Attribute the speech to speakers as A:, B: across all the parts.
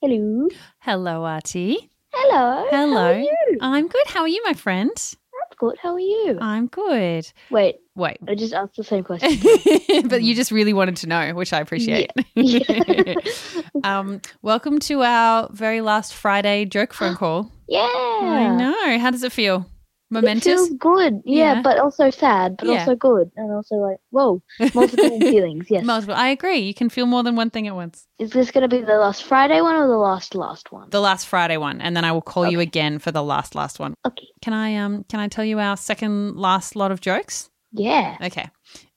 A: Hello.
B: Hello, Artie.
A: Hello.
B: Hello.
A: How
B: Uh,
A: are you?
B: I'm good. How are you, my friend?
A: I'm good. How are you?
B: I'm good.
A: Wait,
B: Wait.
A: I just asked the same question.
B: but you just really wanted to know, which I appreciate.
A: Yeah.
B: um, welcome to our very last Friday joke phone call.
A: yeah.
B: I know. How does it feel? Momentous?
A: It feels good. Yeah,
B: Yeah.
A: but also sad, but
B: Yeah.
A: also good. And also like, whoa, multiple feelings. Yes.
B: Multiple. I agree. You can feel more than one thing at once.
A: Is this going to be the last Friday one or the last last one?
B: The last Friday one, and then I will call you
A: Okay.
B: again for the last last one.
A: okay.
B: Can I um can I tell you our second last lot of jokes?
A: Yeah.
B: Okay.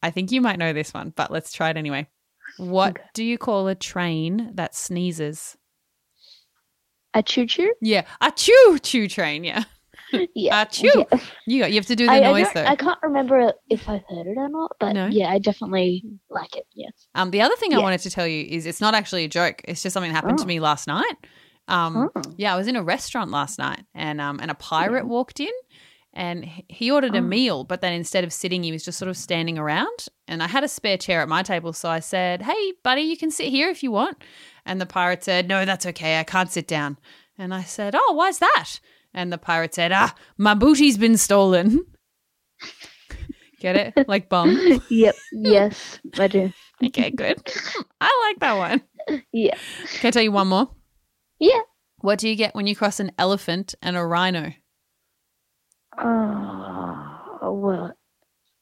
B: I think you might know this one, but let's try it anyway. What
A: Okay.
B: do you call a train that sneezes?
A: A choo choo?
B: Yeah, a choo choo train. Yeah,
A: Yeah.
B: a choo.
A: Yeah.
B: You got, you have to do the
A: I, I,
B: noise
A: don't-
B: though.
A: I can't remember if I heard it or not, but
B: No?
A: yeah, I definitely like it. Yes.
B: um, the other thing I
A: Yeah.
B: wanted to tell you is it's not actually a joke. It's just something that happened to
A: Oh.
B: me last night. Um,
A: Oh.
B: yeah, I was in a restaurant last night, and um, and a pirate walked in, and he- he ordered a
A: Mm. Oh.
B: meal, but then instead of sitting, he was just sort of standing around. And I had a spare chair at my table, so I said, "Hey, buddy, you can sit here if you want." And the pirate said, "No, that's okay. I can't sit down." And I said, "Oh, why's that?" And the pirate said, "Ah, my booty's been stolen." Get it? Like bum.
A: yep. Yes, I do.
B: Okay, good. I like that one.
A: Yeah.
B: Can I tell you one more?
A: Yeah.
B: What do you get when you cross an elephant and a rhino?
A: Oh, well.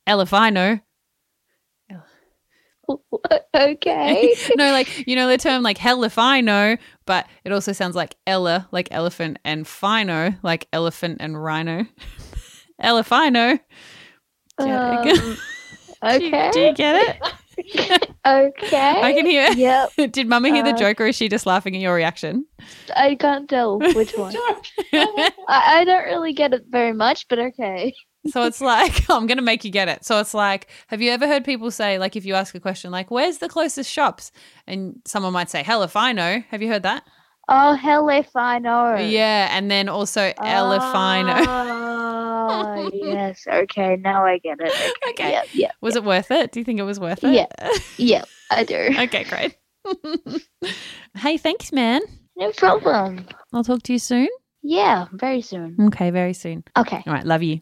B: Elephino.
A: Okay.
B: no, like you know the term like hell if I know, but it also sounds like Ella, like elephant, and fino, like elephant and rhino. Elefino. Do you-
A: Um,
B: do, you, do you
A: okay.
B: get it?
A: Okay.
B: I can hear.
A: Yep.
B: it. Did Mummy hear the
A: Uh,
B: joke, or is she just laughing at your reaction?
A: I can't tell which one. I, I don't really get it very much, but okay.
B: So it's like, I'm going to make you get it. So it's like, have you ever heard people say, like, if you ask a question, like, where's the closest shops? And someone might say, hell if I know. Have you heard that?
A: Oh, hell if I know.
B: Yeah. And then also, hell if I know.
A: Oh, yes. Okay. Now I get it. Okay.
B: Okay.
A: Yep. Yep.
B: Was it worth it? Do you think it was worth it?
A: Yeah. Yep. I do.
B: okay, great. hey, thanks, man.
A: No problem.
B: I'll talk to you soon.
A: Yeah. Very soon.
B: Okay, very soon.
A: Okay.
B: All right. Love you.